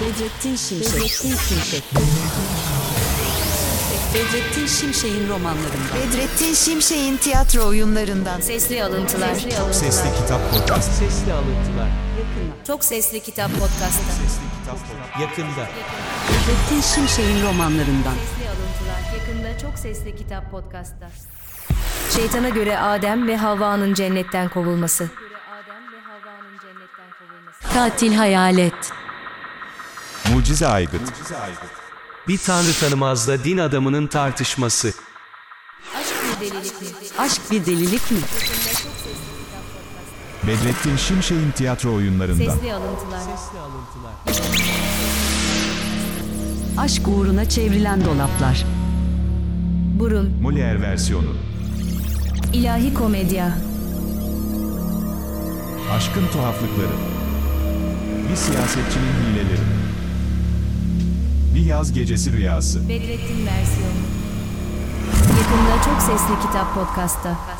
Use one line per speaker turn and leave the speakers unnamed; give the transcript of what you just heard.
Bedrettin Şimşek. Bedrettin Şimşek. Bedrettin Şimşek'in romanlarından.
Bedrettin Şimşek'in tiyatro oyunlarından.
Sesli alıntılar.
Sesli Kitap Podcast.
Sesli alıntılar.
Çok Sesli Kitap Podcast'ta.
Sesli Kitap Podcast.
Yakında.
Bedrettin Şimşek'in romanlarından.
Sesli alıntılar. Yakında Çok Sesli Kitap Podcast'ta. Şeytana göre Adem ve Havva'nın cennetten kovulması.
Katil hayalet.
Mucize Aygıt.
Bir tanrı tanımazla din adamının tartışması.
Aşk bir delilik mi?
Aşk bir delilik mi?
Bedrettin Şimşek'in tiyatro oyunlarından.
Sesli alıntılar.
Sesli alıntılar.
Aşk uğruna çevrilen dolaplar.
Burun.
Molière versiyonu.
İlahi komedya.
Aşkın tuhaflıkları. Bir siyasetçinin hileleri. Bir yaz gecesi rüyası.
Bedrettin versiyonu. Yakında Çok Sesli Kitap Podcast'ta.